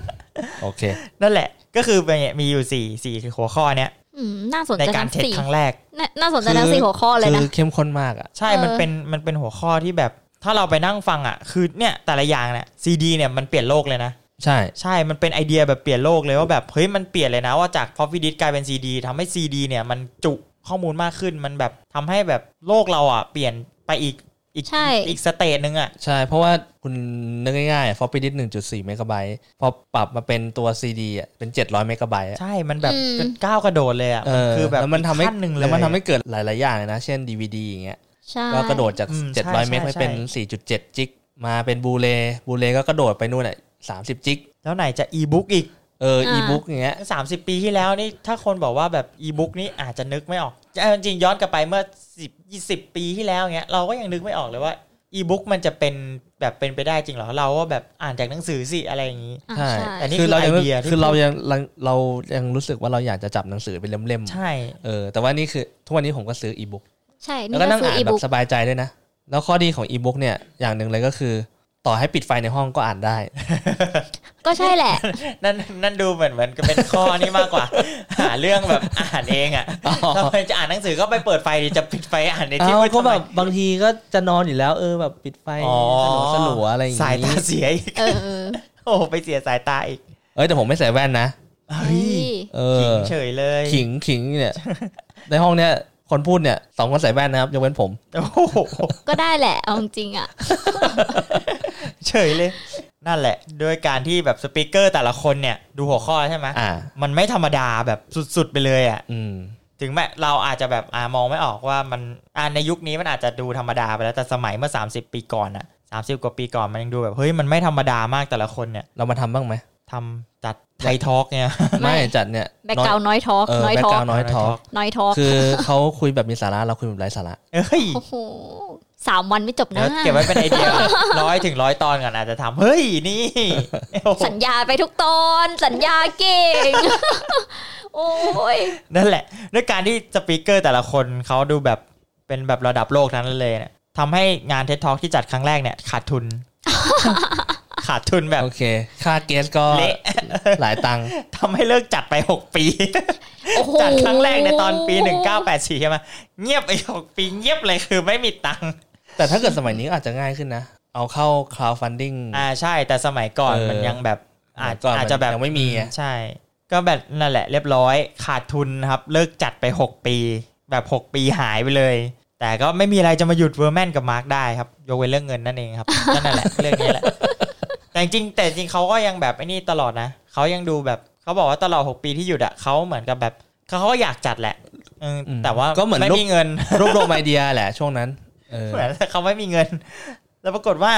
C: โอเค
B: นั่นแหละก็คือเป็นมีอยู่สี่สี่หัวข้อเนี่ย
D: อืมน่าสน
B: ใน
D: ใจ
B: การ
D: ทั้ง
B: เทส
D: สี่
B: ครั้งแรก
D: น่าน่าสนใจทั้งสี่
C: คือ
D: หัวข้อเลยนะ
C: คือเข้มข้นมากอ่ะ
B: ใช่
D: เออ
B: มันเป็นมันเป็นหัวข้อที่แบบถ้าเราไปนั่งฟังอ่ะ คือเนี่ยแต่ละอย่างเนี่ยซีดีเนี่ยมันเปลี่ยนโลกเลยนะ
C: ใช่
B: ใช่มันเป็นไอเดียแบบเปลี่ยนโลกเลยว่าแบบเฮ้ยมันเปลี่ยนเลยนะว่าจากพอฟิดิสกลายเป็นซีดีทำให้ซีดีเนี่ยมันจุข้อมูลมากขึ้นมันแบบทำให้แบบโลกเราอ่ะเปลี่ยนไปอีกอีก
D: ใช่
B: อีกสเตจหนึ่งอ่ะ
C: ใช่ เพราะว่าคุณนึกง่ายๆฟอปปี้ดิส1.4 เมกะไบต์พอปรับมาเป็นตัว CD อ่ะเป็น 700 เมกะไบต์อ่ะ
B: ใช่มันแบบ
D: อืม
B: ก้าวกระโดดเลยอ่ะ
C: เออ
B: คือแบบ
C: แล้วมันทำให้
B: อีกขั้นหนึ่งเลย
C: แล้วมันทำให้เกิดหลาย ๆ อย่างเลยนะ เช่น DVD อย่างเงี้ย
D: ใช่
C: ก็กระโดดจาก
B: อืมใช่
C: 700 เมกะ
B: ใช่
C: ไปเป็น
B: ใช่
C: 4.7 จิก มาเป็นบูเลบูเลก็กระโดดไปนู่นอ่ะ30 จิก
B: แล้วไหนจะอีบุ๊กอีก
C: เอออี
D: อ่า
C: บุ๊กอย่างเงี้ย
B: สามสิบปีที่แล้วนี่ถ้าคนบอกว่าแบบอีบุ๊กนี่อาจจะนึกไม่ออกเอาจริงๆย้อนกลับไปเมื่อสิบยี่สิบปีที่แล้วเงี้ยเราก็ยังนึกไม่ออกเลยว่าอีบุ๊กมันจะเป็นแบบเป็นไปได้จริงเหรอเราว่าแบบอ่านจากหนังสือสิอะไรอย่างนี้
D: อ่ะ
C: ใช่
D: ใช่
B: แต่นี่
C: คือเรายัง
B: คือไอเดียที่
C: คือเรายังเราเรายังรู้สึกว่าเราอยากจะจับหนังสือเป็นเล่มๆ
B: ใช่
C: เออแต่ว่านี่คือทุกวันนี้ผมก็ซื้ออีบุ๊ก
D: ใช่
C: แล้วก็
D: นี่ก็
C: นั่ง
D: ซื้อ
C: อ่าน
D: อี
C: แบ
D: บุ๊ก
C: บสบายใจด้วยนะ แล้วข้อดีของอีบุ๊กเนี่ยอย่างหนึ่งเลยก็คือ ต่อให้ปิดไฟในห้องก็อ่านได้
D: ก็ใช่แหละ
B: นั่นนั่นดูเหมือนเหมือนกับเป็นข้อนี้มากกว่า หาเรื่องแบบอ่านเองอ่ะ
C: อ๋อ
B: ทำไมจะอ่านหนังสือก็ไปเปิดไฟดิจะปิดไฟอ่านในที่
C: เอา
B: มืด
C: ก็
B: ทำไม
C: แบบบางทีก็จะนอนอยู่แล้ว เออแบบปิดไฟ
B: อ๋อ
C: สลัวสลัวๆอะไรอย่าง
B: สายตา
C: นี้
B: เสียอีก
D: เออเออ
B: โอ้ไปเสียสายตาอีก
C: เอ้ยแต่ผมไม่ใส่แว่นนะ
B: เฮ้
D: เฮ้
B: ย
D: ย
C: เอ
B: ขิ
C: อง
B: เฉยเลย
C: ขิงขิง เนี่ย ในห้องเนี่ยคนพูดเนี่ยสองคนใส่แว่นนะครับยกเว้นผม
B: โอ้โห
D: ก็ได้แหละ เอาจริงๆอ่ะ
B: เฉยเลย นั่นแหละ โดยการที่แบบสปีกเกอร์แต่ละคนเนี่ย ดูหัวข้อใช่ไหม
C: อ่า
B: มันไม่ธรรมดาแบบสุดๆไปเลยอ่ะ
C: อืม
B: ถึงแม้เราอาจจะแบบอ่ามองไม่ออกว่ามันอ่าในยุคนี้มันอาจจะดูธรรมดาไปแล้วแต่สมัยเมื่อ 30 ปีก่อนอ่ะสามสิบกว่าปีก่อนมันยังดูแบบ เฮ้ย มันไม่ธรรมดามากแต่ละคนเนี่ย
C: เรามาทำบ้างไหม
B: ทำจัดไททอล์กเนี่ย
D: ไม่
C: ไม่จัดเนี่ย
D: แบกเกา
C: น้อย
D: น้อยทอก
C: เออ
D: น้อย
C: แบ็ก
D: ท
C: ก
D: อก
C: ราวน้อยทอ
B: Talk
D: น้อยทอก
C: คือเขาคุยแบบมีสาระเราคุยแบบไร้สาระ
B: เอ้ย
D: โอ้โหสามวันไม่จบ
B: เดี๋
D: นะ
B: ยวเก็บไว้เป็นไอเดียร้อยถึงร้อยตอนก่อนอาจจะทำเฮ้ย นี่โอ้โห
D: สัญญาไปทุกตอน สัญญาเก่ง โอ้ย
B: นั่นแหละ ด้วยการที่สปีกเกอร์แต่ละคนเขาดูแบบเป็นแบบระดับโลกทั้งนั้นเลยเนี่ยทำให้งานเท็ตท็อกที่จัดครั้งแรกเนี่ย ขาดทุ น ขาดทุนแบบ
C: โอเค ค่าเกสก็
B: เละ
C: หลายตังค์
B: ทำให้เลิกจัดไป 6 ปี
D: โอ้โห
B: จัดครั้งแรกในตอนปี 1984 ใช่ไหมเงียบไป6ปีเงียบเลยคือไม่มีตังค์
C: แต่ถ้าเกิดสมัยนี้อาจจะง่ายขึ้นนะ เอาเข้า crowdfunding
B: อ่าใช่ แต่สมัยก่อน
C: เออ
B: มันยังแบบอาจ
C: ก่นมัน
B: อาจจะแบบ
C: ยังไม่มีอะ
B: ใช่ ก็แบบนั่นแหละเรียบร้อยขาดทุนนะครับ เลิกจัดไป 6 ปี แบบ 6 ปีหายไปเลย แต่ก็ไม่มีอะไรจะมาหยุดเวอร์แมนกับมาร์กได้ครับ ยกเว้นเรื่องเงินนั่นเองครับ ก็นั่นแหละ เรื่องนี้แหละ แต่จริงแต่จริงเขาก็ยังแบบไอ้นี่ตลอดนะเขายังดูแบบเขาบอกว่าตลอด 6 ปีที่หยุดอะเขาเหมือนกับแบบเขาก็อยากจัดแหละเออแต่ว่า
C: ก็เหมือน
B: ไม่
C: รวบ
B: มีเงิน
C: รวบรวมไอเดียแหละช่วงนั้นเออ
B: เหมือนเขาไม่มีเงิน แล้วปรากฏว่า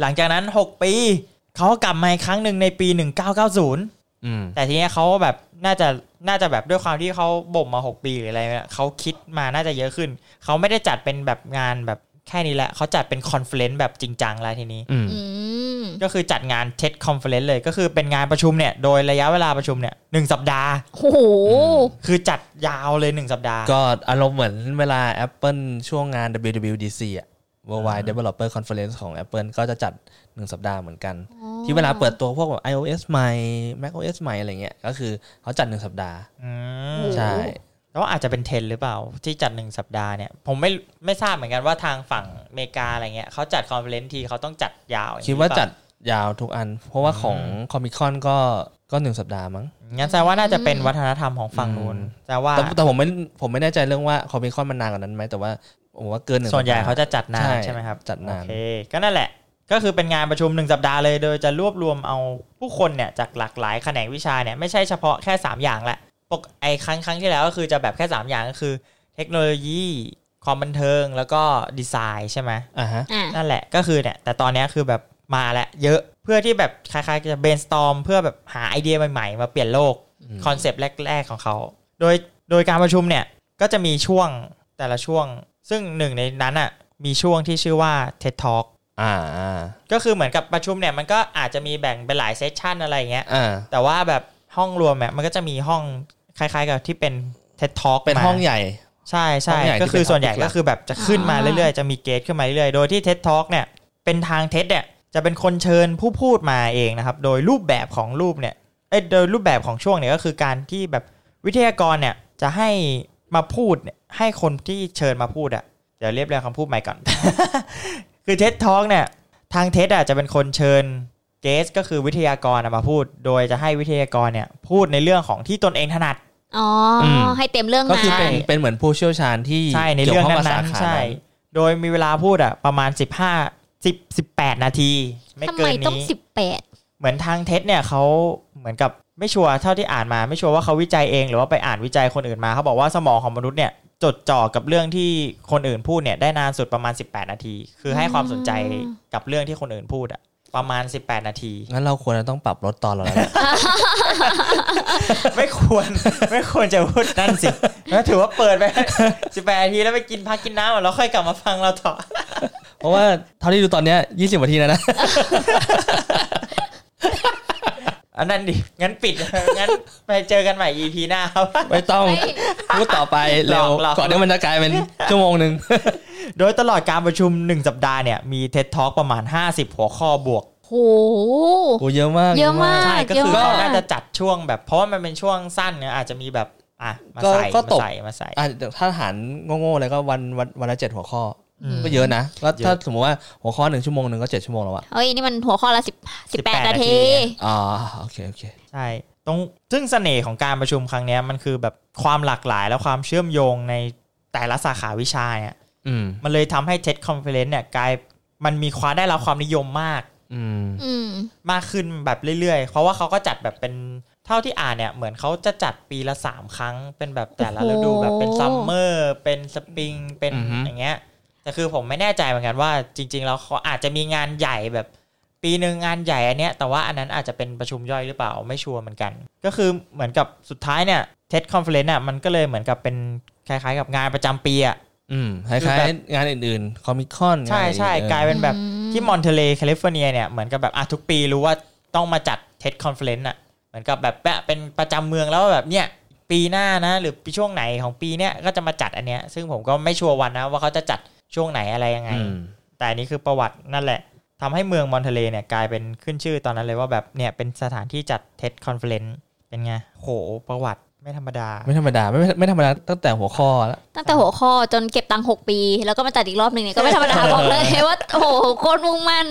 B: หลังจากนั้น 6 ปี เขาก็กลับมาอีกครั้งหนึ่งในปี 1990
C: อืม
B: แต่ทีเนี้ยเขาแบบน่าจะน่าจะแบบด้วยความที่เขาบ่มมา 6 ปีหรืออะไรเนี่ยเขาคิดมาน่าจะเยอะขึ้น เขาไม่ได้จัดเป็นแบบงานแบบแค่นี้แหละ เขาจัดเป็นคอนเฟลเลนซ์แบบจริงจังแล้วทีนี้
C: อืม
D: อืม
B: ก็คือจัดงานเท็ดคอนเฟลเลนซ์เลย ก็คือเป็นงานประชุมเนี่ยโดยระยะเวลาประชุมเนี่ยหนึ่งสัปดาห์
D: โอ้โห
B: คือจัดยาวเลยหนึ่งสัปดาห์
C: ก็อารมณ์เหมือนเวลา Apple ช่วงงาน WWDC อะ Worldwide Developer Conference ของ Apple ก็จะจัด 1 สัปดาห์เหมือนกัน ที่เวลาเปิดตัวพวกแบบ iOS ใหม่ macOS ใหม่อะไรเงี้ย ก็คือเขาจัด 1 สัปดาห์
B: อื
D: โอ้
B: ม
D: โห
C: ใช่
B: แล้วอาจจะเป็นเทรนด์หรือเปล่า ที่จัดหนึ่งสัปดาห์เนี่ย ผมไม่ไม่ทราบเหมือนกันว่าทางฝั่งอเมริกาอะไรเงี้ยเขาจัดคอนเฟลเลนซ์ทีเขาต้องจัดยาวอย่งนี้
C: คิดว่าจัด
B: หรื
C: ยาวทุกอัน เพราะว่าของ Comic Con ก็ก็หนึ่งสัปดาห์มั้ง
B: อเปล่างั้นแสดงว่าน่าจะเป็นวัฒนธรรมของฝั่ง
C: อืม
B: นู้นแสดงว่า
C: แต่แต่ผมไม่ผมไม่แน่ใจเรื่องว่า Comic Con มันนานกว่านั้นไหมแต่ว่าผมว่าเกินหนึ่ง
B: ส่วนใหญ่
C: ปดห์
B: เขาจะจัดนาน
C: ใช่
B: ใช่ไหมครับ
C: จัดนาน
B: โอเคก็นั่นแหละ ก็คือเป็นงานประชุมหนึ่งสัปดาห์เลย โดยจะรวบรวมเอาผู้คนเนี่ยจากหลากหลายแขนงวิชาเนี่ยไม่ใช่เฉพาะแค่ 3 อย่างละปกไอครั้งครั้งที่แล้วก็คือจะแบบแค่ 3 อย่างก็คือ เทคโนโลยีความบันเทิงแล้วก็ดีไซน์ใช่ไหม
C: อ่าฮะ
D: อ่ะ
B: นั่นแหละก็คือเนี่ย แต่ตอนเนี้ยคือแบบมาแล้วเยอะเพื่อที่แบบคล้ายๆจะ brainstorm เพื่อแบบหาไอเดียใหม่ๆ มาเปลี่ยนโลก
C: อืม
B: คอนเซปต์แรก ๆ ของเขา โดยโดยการประชุมเนี่ย ก็จะมีช่วงแต่ละช่วง ซึ่งหนึ่งในนั้นอ่ะมีช่วงที่ชื่อว่า TED Talk
C: อ่าอ่า
B: ก็คือเหมือนกับประชุมเนี่ย มันก็อาจจะมีแบ่งเป็นหลายเซสชันอะไรอย่างเงี้ย
C: อ่า
B: แต่ว่าแบบห้องรวมเนี่ยมันก็จะมีห้องคล้าย ๆ กับที่เป็น TED Talk
C: เป็น
B: มา
C: ห้องใหญ่
B: ใช่
C: ห้
B: ใช่
C: องใหญ่
B: ก็คือ
C: ที่เป็น
B: ส่วนใหญ่
C: topic หลั
B: ก็
C: ก
B: คือแบบจะขึ้นมาเรื่อยๆ จะมีเกตขึ้นมาเรื่อยๆ โดยที่ TED Talk เนี่ยเป็นทางเท็ดเนี่ยจะเป็นคนเชิญผู้พูดมาเองนะครับ โดยรูปแบบของรูปเนี่ยเอ้ยโดยรูปแบบของช่วงเนี่ยก็คือการที่แบบวิทยากรเนี่ยจะให้มาพูดเนี่ยให้คนที่เชิญมาพูดอะ่ะเดี๋ยวเรียบเรียงคำพูดใหม่ก่อน คือ TED Talk เนี่ยทางเท็ดอ่ะจะเป็นคนเชิญเกสก็คือวิทยากรอะมาพูด โดยจะให้วิทยากรเนี่ยพูดในเรื่องของที่ตนเองถนัด
D: อ๋ออ
C: ม
D: ให้เต็มเรื่อง
C: ก็
D: มา
C: คือเป็นเป็นเหมือนผู้เชี่ยวชาญที่
B: ใช่ใน
C: เกี่ยว
B: เรื่อง
C: ข้องกับสา
B: นั้น
C: ขา
B: ๆใช่
C: นั้น
B: โดยมีเวลาพูดอ่ะประมาณ 15 10 18 นาที ไม่
D: ทำ
B: เกิ
D: ไม
B: น
D: ต้อง
B: นี้
D: สิบแปด
B: เหมือนทางเท็ดเนี่ยเขาเหมือนกับไม่ชัวร์เท่าที่อ่านมา ไม่ชัวร์ว่าเขาวิจัยเองหรือว่าไปอ่านวิจัยคนอื่นมาเขาบอกว่าสมองของมนุษย์เนี่ยจดจ่อกับเรื่องที่คนอื่นพูดเนี่ยได้นานสุดประมาณ 18 นาที คือให้ความสนใจกับเรื่องที่คนอื่นพูดอ่ะประมาณ 18 นาที
C: งั้นเราควรจะต้องปรับลดตอนเราแล้วแหละ
B: ไม่ควร ไม่ควรจะพูดนั่นสิ แล้วถือว่าเปิดไป 18 นาทีแล้วไปกินพักกินน้ำก่อนแล้วค่อยกลับมาฟังเราต่อ
C: เพราะว่าเท่าที่ดูตอนเนี้ย20นาทีแล้วนะ
B: อันนั้นดิ งั้นปิด งั้นไปเจอกันใหม่ EP หน้าครับ
C: ไม่ต้องพูดต่อ ไปเร็ว
B: หลอกๆ
C: ก่อนที่มันจะกลายเป็น ชั่วโมง หนึ่ง
B: โดยตลอดการประชุม 1 สัปดาห์เนี่ย มี TED Talk ประมาณ 50 หัวข้อบวก
D: โห
C: โอ้เยอะมาก
D: เยอะมาก
B: ใช่ ก็คือ
D: เยอะ
B: เขา
D: มาก
B: น่าจะจัดช่วงแบบ เพราะว่ามันเป็นช่วงสั้นเนี่ยอาจจะมีแบบ อ่ะ มา
C: ก็
B: ใส่
C: ก็
B: มา
C: ตก
B: ใส่มาใส่
C: อ่ะเดี๋ยวถ้าหารโง่ๆเลยก็วันวันวันละเจ็ดหัวข้ออ
B: ม
C: ก็เยอะนะก็
B: เยอะ
C: ถ้าสมมติว่าหัวข้อหนึ่งชั่วโมงหนึ่งก็เจ็ดชั่วโมงแล้วอะ
D: เฮ้ยนี่มันหัวข้อละสิบสิบแปด
B: 18
D: นา
B: นาที
D: ที
C: อ๋อโอเคโอเค
B: ใช่ ตรง ซึ่งเสน่ห์ของการประชุมครั้งเนี้ยมันคือแบบความหลากหลายและความเชื่อมโยงในแต่ละสาขาวิชาเนี่ย
C: อืม
B: มันเลยทำให้ TED Conference เนี่ยกลาย มันมีความได้รับความนิยมมาก
C: อืม
D: อืม
B: มากขึ้นแบบเรื่อยๆ เพราะว่าเขาก็จัดแบบเป็นเท่าที่อ่านเนี่ยเหมือนเขาจะจัดปีละ 3 ครั้ง เป็นแบบแต่ละ
D: โอ้
B: ฤ
D: โห
B: ดูแบบเป็นซัมเมอร์เป็นสปริงเป็นอย่างเงี้ยแต่คือผมไม่แน่ใจเหมือนกันว่าจริง ๆ แล้วเขาอาจจะมีงานใหญ่แบบ ปีหนึ่งงานใหญ่อันเนี้ยแต่ว่าอันนั้นอาจจะเป็นประชุมย่อยหรือเปล่าไม่ชัวร์เหมือนกัน ก็คือเหมือนกับสุดท้ายเนี่ยเท็ดคอนเฟลเลนต์อ่ะมันก็เลยเหมือนกับเป็นคล้ายๆ กับงานประจำปีอ่ะ
C: อืมคล้ายๆงานอื่นๆคอมิคอน
B: ใช่ใช่กลายเป็นแบบที่มอนเทเลแคลิฟอร์เนียเนี่ยเหมือนกับแบบอ่ะทุกปีรู้ว่าต้องมาจัดเท็ดคอนเฟลเลนต์อ่ะเหมือนกับแบบแปะเป็นประจำเมืองแล้วว่าแบบเนี่ย ปีหน้านะ หรือปีช่วงไหนของปีเนี้ยก็จะมาจัดอันเนี้ย ซึ่งผมก็ไม่ชัวร์วันนะว่าเขาจะจัดช่วงไหนอะไรยังไง
C: อืม
B: แต่อันนี้คือประวัตินั่นแหละทำให้เมืองมอนเทเลเนี่ยกลายเป็นขึ้นชื่อตอนนั้นเลยว่าแบบเนี่ยเป็นสถานที่จัดเท็ดคอนเฟลเลนเป็นไงโหประวัติไม่ธรรมดา
C: ไม่ธรรมดาไม่ไม่ธรรมดาตั้งแต่หัวข้อแล้ว
D: ตั้งแต่หัวข้อจนเก็บตังค์หกปี แล้วก็มาจัดอีกรอบหนึ่งเนี่ยก็ไม่ธ รรมดา บอกเลยว่าโอ้โหโคตรมุ่งมั่น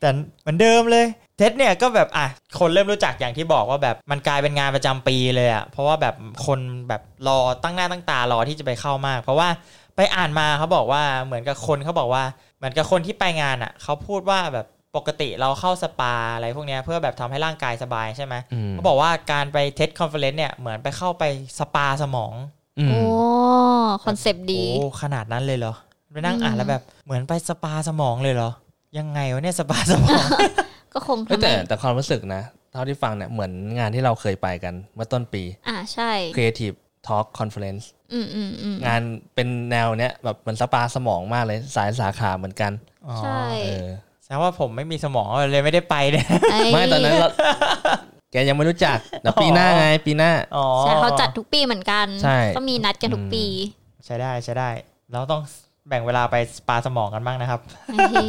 B: แต่เหมือนเดิมเลยเท็ดเนี่ยก็แบบอ่ะคนเริ่มรู้จักอย่างที่บอกว่าแบบมันกลายเป็นงานประจำปีเลยอ่ะเพราะว่าแบบคนแบบรอตั้งหน้าตั้งตารอที่จะไปเข้ามาก เพราะว่าไปอ่านมาเขาบอกว่าเหมือนกับคนเขาบอกว่าเหมือนกับคนที่ไปงานอ่ะเขาพูดว่าแบบปกติเราเข้าสปาอะไรพวกเนี้ยเพื่อแบบทำให้ร่างกายสบายใช่ไหม
C: อืม
B: เขาบอกว่าการไปเท็ดคอนเฟลเลนเนี่ยเหมือนไปเข้าไปสปาสมอง
C: อืม
D: โอ้คอนเซปต์ดี
B: โอ้ขนาดนั้นเลยเหรอไปนั่งอ่าน
D: อืม
B: แล้วแบบเหมือนไปสปาสมองเลยเหรอ ยังไงวะเนี่ยสปาสมอง
D: ก็คง
C: เอ้ย
D: ทำ
C: แต่
D: ให้
C: แต่ความรู้สึกนะ เท่าที่ฟังเนี่ยเหมือนงานที่เราเคยไปกันเมื่อต้นปี
D: อ่าใช่
C: Creative Talk Conference
D: อืมอืมอืม
C: งานเป็นแนวเนี้ยแบบเหมือนสปาสมองมากเลยสายสาขาเหมือนกัน
B: อ๋อ
D: ใช่
C: เออ
B: แสดงว่าผมไม่มีสมองเลยไม่ได้ไปเนี่ย
D: อ้
C: ไม่ตอนนั้นเรา แกยังไม่รู้จักเดี๋ยวปีหน้าไงปีหน้า
B: อ๋อ
D: ใช่เขาจัดทุกปีเหมือนกัน
C: ใช่
D: ก็มีนัดกันทุกปี
B: ใช้ได้ใช้ได้ เราต้องแบ่งเวลาไปสปาสมองกันบ้างนะครับ
D: บางที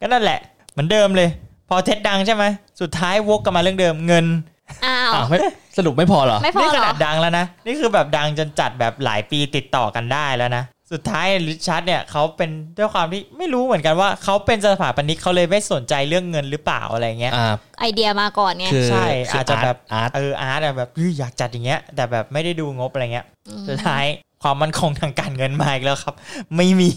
B: ก็นั่นแหละ เหมือนเดิมเลย พอเท็ดดังใช่ไหมสุดท้ายวกกลับมาเรื่องเดิมเงิน
D: อ้าว
C: อ้าวไม่สรุปไม่พอเหรอ
D: ไม่พอ
B: นี่ข
D: เหรอ
B: นาดดังแล้วนะ นี่คือแบบดังจนจัดแบบหลายปีติดต่อกันได้แล้วนะ สุดท้ายริชาร์ดเนี่ยเขาเป็นด้วยความที่ไม่รู้เหมือนกันว่าเขาเป็นสถาปนิกเขาเลยไม่สนใจเรื่องเงินหรือเปล่าอะไรเงี้ย
C: อ่า
D: ไอเดียมาก่อนไง
C: คือ
B: ใช่
C: คื
B: อาจจะแบบ
C: อาร์ต
B: เอออาร์ตอะแบบเฮ้ยอยากจัดอย่างเงี้ย แต่แบบไม่ได้ดูงบอะไรเงี้ย
D: ม
B: สุดท้ายความมั่นคงทางการเงินมาอีกแล้วครับ ไม่มี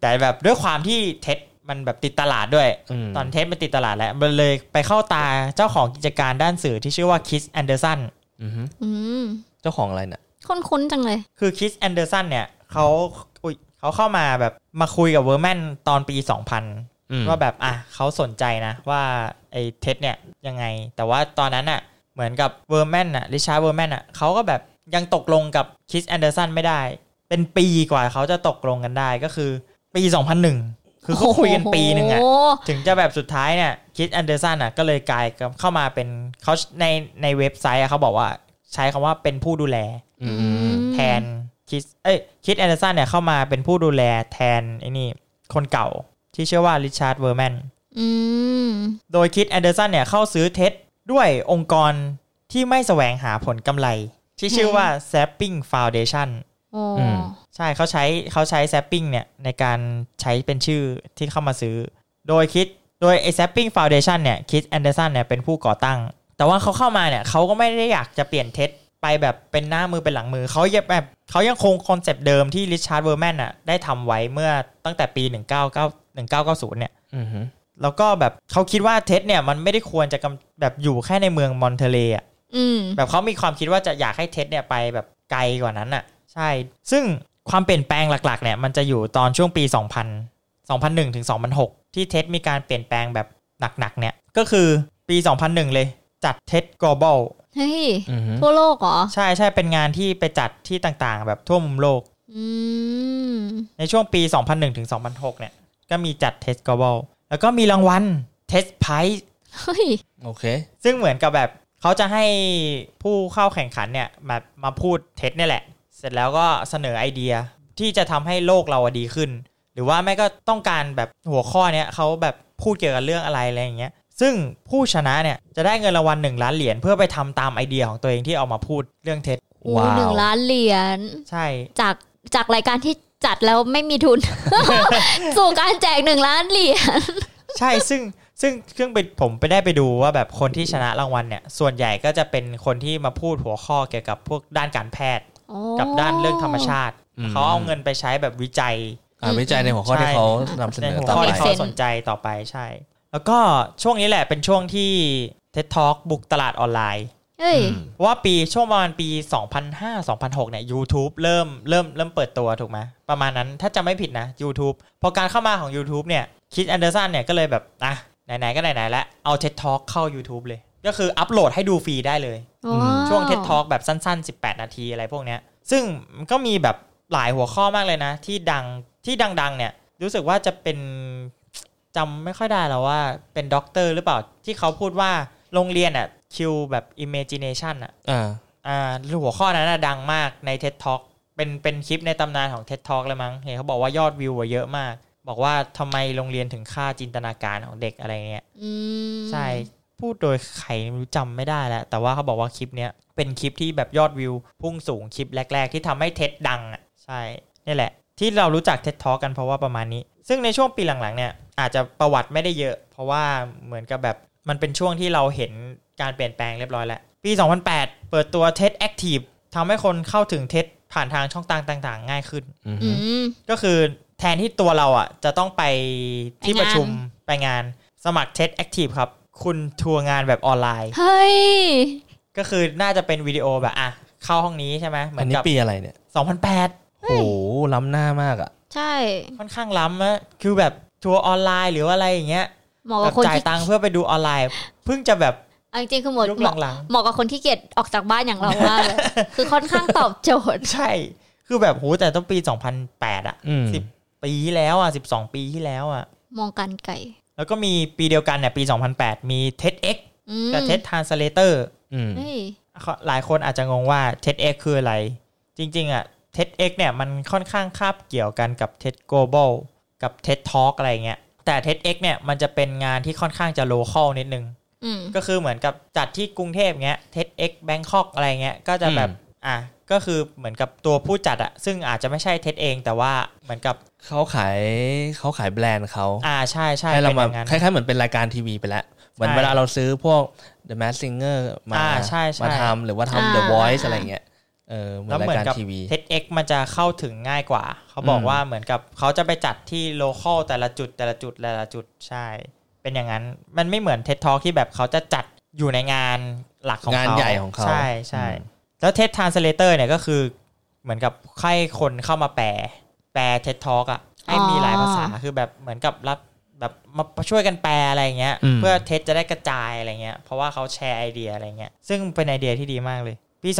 B: แต่แบบด้วยความที่เท็ดมันแบบติดตลาดด้วย
C: อืม
B: ตอนเท็ดมันติดตลาดแล้ว มันเลยไปเข้าตาเจ้าของกิจการด้านสื่อที่ชื่อว่าคิสแอนเดอร์สัน
C: อือฮึ
D: อืม
C: เจ้าของอะไรเนี่ย
D: คุ้นๆจังเลย
B: คือคิสแอนเดอร์สันเนี่ยเขาอุ๊ยเขาเข้ามาแบบมาคุยกับเวอร์แมนตอนปี 2000
C: อืม
B: ว่าแบบอ่ะเขาสนใจนะว่าไอ้เท็ดเนี่ยยังไง แต่ว่าตอนนั้นอะเหมือนกับเวอร์แมนอะริชาร์ดเวอร์แมนอะเขาก็แบบยังตกลงกับคิสแอนเดอร์สันไม่ได้ เป็นปีกว่าเขาจะตกลงกันได้ก็คือปี 2001 คือเขาคุยกันปีหนึ่งอะ
D: โอ้โห
B: ถึงจะแบบสุดท้ายเนี่ยคิดแอนเดอร์สันอ่ะก็เลยกลายเข้ามาเป็นเขาในในเว็บไซต์อะเขาบอกว่าใช้คำว่าเป็นผู้ดูแล
C: อืม
D: อื
C: อืม
D: ม
B: แทนคิดเอ้ยคิดแอนเดอร์สันเนี่ยเข้ามาเป็นผู้ดูแลแทนไอ้นี่คนเก่าที่ชื่อว่าริชาร์ดเวอร์แมน
D: อืม
B: โดยคิดแอนเดอร์สันเนี่ยเข้าซื้อเท็จด้วยองค์กรที่ไม่แสวงหาผลกำไร ที่ชื่อว่า Sapping Foundation
D: โอ้
B: ใช่เขาใช้เขาใช้แซปปิ้งเนี่ย ในการใช้เป็นชื่อที่เข้ามาซื้อ โดยคิดโดยไอแซปปิ้งฟาวเดชันเนี่ยคิดแอนเดอร์สันเนี่ยเป็นผู้ก่อตั้ง แต่ว่าเขาเข้ามาเนี่ยเขาก็ไม่ได้อยากจะเปลี่ยนเท็จไปแบบเป็นหน้ามือเป็นหลังมือเขายังแบบเขายังคงคอนเซปต์เดิมที่ริชาร์ดเวอร์แมนอ่ะได้ทำไว้เมื่อตั้งแต่ปี 1990 1990เนี่ย
C: อือฮึ
B: แล้วก็แบบเขาคิดว่าเท็จเนี่ยมันไม่ได้ควรจะกำแบบอยู่แค่ในเมืองมอนเทเลอ่ะ
D: อืม
B: แบบเขามีความคิดว่าจะอยากให้เท็ดเนี่ยไปแบบไกลกว่านั้นน่ะ ใช่ ซึ่งความเปลี่ยนแปลงหลักๆเนี่ยมันจะอยู่ตอนช่วงปี 2000 2001ถึง2006 ที่เท็ดมีการเปลี่ยนแปลงแบบหนักๆเนี่ย ก็คือปี 2001 เลยจัดเท็ด global
D: เฮ้ย
C: อือฮึ
D: ทั่วโลกเหรอ
B: ใช่ใช่เป็นงานที่ไปจัดที่ต่างๆ แบบทั่วมุมโลก
D: อืม
B: ในช่วงปี 2001ถึง2006 เนี่ย ก็มีจัดเท็ด global แล้วก็มีรางวัลเท็ดไพรส์
D: เฮ้ย
C: โอเค
B: ซึ่งเหมือนกับแบบเขาจะให้ผู้เข้าแข่งขันเนี่ยแบบมาพูดเท็จเนี่ยแหละ เสร็จแล้วก็เสนอไอเดียที่จะทำให้โลกเราอะดีขึ้น หรือว่าไม่ก็ต้องการแบบหัวข้อเนี่ยเขาแบบพูดเกี่ยวกับเรื่องอะไรอะไรอย่างเงี้ยซึ่งผู้ชนะเนี่ยจะได้เงินรางวัลหนึ่งล้านเหรียญเพื่อไปทำตามไอเดียของตัวเองที่เอามาพูดเรื่องเท็จ
D: โอ้
C: ว้า
D: หนึ่
C: ว
D: งล้านเหรียญ
B: ใช่
D: จากจากรายการที่จัดแล้วไม่มีทุน สู่การแจกหนึ่งล้านเหรียญ
B: ใช่ซึ่งซึ่งเครื่องไปผมไปได้ไปดูว่าแบบคนที่ชนะรางวัลเนี่ยส่วนใหญ่ก็จะเป็นคนที่มาพูดหัวข้อเกี่ยวกับพวกด้านการแพทย์
D: โอ้
B: กับด้านเรื่องธรรมชาติ
C: อืม
B: เขาเอาเงินไปใช้แบบวิจัย
C: อ่าวิจัยในหัวข้อที่เขานำเส
B: ใน
C: นอ
B: หัว
C: ต่อ
B: ข้อ
C: ไป
B: ที่เขาสนใจต่อไปใช่ แล้วก็ช่วงนี้แหละเป็นช่วงที่ TED Talk บุกตลาดออนไลน์
D: เฮ้ย
C: อืม
B: เพราะว่าปีช่วงประมาณปี 2005 2006 เนี่ย YouTube เริ่มเริ่มเริ่มเปิดตัวถูกไหมประมาณนั้นถ้าจำไม่ผิดนะ YouTube พอการเข้ามาของ YouTube เนี่ยคิดแอนเดอร์สันเนี่ยก็เลยแบบ อ่ะ ไหน ๆ ก็ไหน ๆ แล้วเอา TED Talk เข้า YouTube เลย ก็คืออัปโหลดให้ดูฟรีได้เลย
D: ว้า
B: ช่วงเท็ดทอกแบบสั้นๆ 18 นาทีอะไรพวกเนี้ย ซึ่งมันก็มีแบบหลายหัวข้อมากเลยนะ ที่ดังที่ดังๆ เนี่ย รู้สึกว่าจะเป็นจำไม่ค่อยได้แล้วว่าเป็นด็อกเตอร์หรือเปล่าที่เขาพูดว่าโรงเรียนอะคิวแบบ imagination อะ
C: อ่า
B: อ่าหัวข้อนั้นน่ะดังมากใน TED Talk เป็นเป็นคลิปในตำนานของ TED Talk เลยมั้งเห็นเขาบอกว่ายอดวิวอะเยอะมาก บอกว่าทำไมโรงเรียนถึงฆ่าจินตนาการของเด็กอะไรเงี้ย
D: อืม
B: ใช่ พูดโดยใครไม่รู้จำไม่ได้แล้ว แต่ว่าเขาบอกว่าคลิปเนี้ยเป็นคลิปที่แบบยอดวิวพุ่งสูงคลิปแรก ๆ ที่ทำให้เท็ดดังอ่ะใช่นี่แหละ ที่เรารู้จักเท็ดทอกันเพราะว่าประมาณนี้ ซึ่งในช่วงปีหลังๆเนี่ยอาจจะประวัติไม่ได้เยอะ เพราะว่าเหมือนกับแบบมันเป็นช่วงที่เราเห็นการเปลี่ยนแปลงเรียบร้อยแล้ว ปี 2008 เปิดตัวเท็ดแอคทีฟทำให้คนเข้าถึงเท็ดผ่านทางช่องทางต่างๆ ง่ายขึ้น
C: อืม
D: อืม
B: ก็คือแทนที่ตัวเราอ่ะ จะต้องไปที่
D: ไป
B: ป
D: งาน
B: ระชุมไปงานสมัคร TED Active ครับ คุณทัวร์งานแบบออนไลน์
D: เฮ้ย
B: ก็คือน่าจะเป็นวิดีโอแบบอ่ะ เข้าห้องนี้ใช่ไหมเหมือ
C: อั
B: นน
C: นี้
B: กับ
C: ปีอะไรเนี่ย
B: 2008
C: โอ้โหล้ำหน้ามากอ่ะ
D: ใช่
B: ค่อนข้างล้ำนะคือแบบทัวร์ออนไลน์หรือว่าอะไรอย่างเงี้ย
D: เหมาะ
B: แบ
D: กับบ คน
B: จ่าย
D: ที่
B: ตังค์เพื่อไปดูออนไลน์ เพิ่งจะแบบ
D: เอาจริงๆคือหมด
B: ลุก
D: เหมาะ
B: หลัง
D: เหมาะกับคนที่เกียจออกจากบ้านอย่างเรามากเลย คือค่อนข้างตอบโจทย์
B: ๆ ใช่ คือแบบโหแต่ต้องปี 2008 อ่ะ
C: อืม
B: สิบ ปีที่แล้วอ่ะ 12 ปีที่แล้วอ่ะ
D: มองการไก่
B: แล้วก็มีปีเดียวกันเนี่ยปี 2008 มี TEDx
D: อืม
B: กับ TED Translator
C: อืม
D: เฮ้ย
B: หลายคนอาจจะงงว่า TEDx คืออะไร จริง ๆ อ่ะ TEDx เนี่ยมันค่อนข้างคาบเกี่ยวกันกับ TED Global กับ TED Talk อะไรเงี้ย แต่ TEDx เนี่ยมันจะเป็นงานที่ค่อนข้างจะโลคอลนิดนึง
D: อืม
B: ก็คือเหมือนกับจัดที่กรุงเทพเงี้ย TEDx Bangkok อะไรเงี้ย ก็จะแบบ อ่ะ ก็คือเหมือนกับตัวผู้จัดอะซึ่งอาจจะไม่ใช่ TED เอง แต่ว่าเหมือนกับ
C: เขาขายเขาขายแบรนด์เขา
B: อ่า ใช่ใช่
C: ให้เรามา
B: ป็นอย่งนั้น
C: คล้ายๆเหมือนเป็นรายการทีวีไปแล้ว เหมือน
B: ใช่
C: เวลาเราซื้อพวก The Mask Singer มา
B: อ่าใช่ใช่
C: มาทำหรือว่าทำ The Voice อะไรอย่างเงี้ยเออเหมือ
B: แล้ว
C: น
B: เหมือ
C: รา
B: ย น
C: การ
B: กับ
C: ทีวี
B: TEDx มันจะเข้าถึงง่ายกว่า เขาบอก
C: อืม
B: ว่าเหมือนกับเขาจะไปจัดที่โลคอลแต่ละจุดแต่ละจุดแต่ละจุดใช่ เป็นอย่างนั้นมันไม่เหมือน TED Talk ที่แบบเขาจะจัดอยู่ในงานหลักของ
C: งาน
B: เขา
C: ใหญ่ของเขา
B: ใช่ใช่
C: อืม
B: แล้ว TED Translator เนี่ยก็คือเหมือนกับให้คนเข้ามาแปล แปล TED Talk อ่ะให้มีหลายภาษาคือแบบเหมือนกับรับแบบมาช่วยกันแปลอะไรอย่างเงี้ย
C: อืม
B: เพื่อเทสจะได้กระจายอะไรเงี้ย เพราะว่าเขาแชร์ไอเดียอะไรเงี้ย ซึ่งเป็นไอเดียที่ดีมากเลย ปี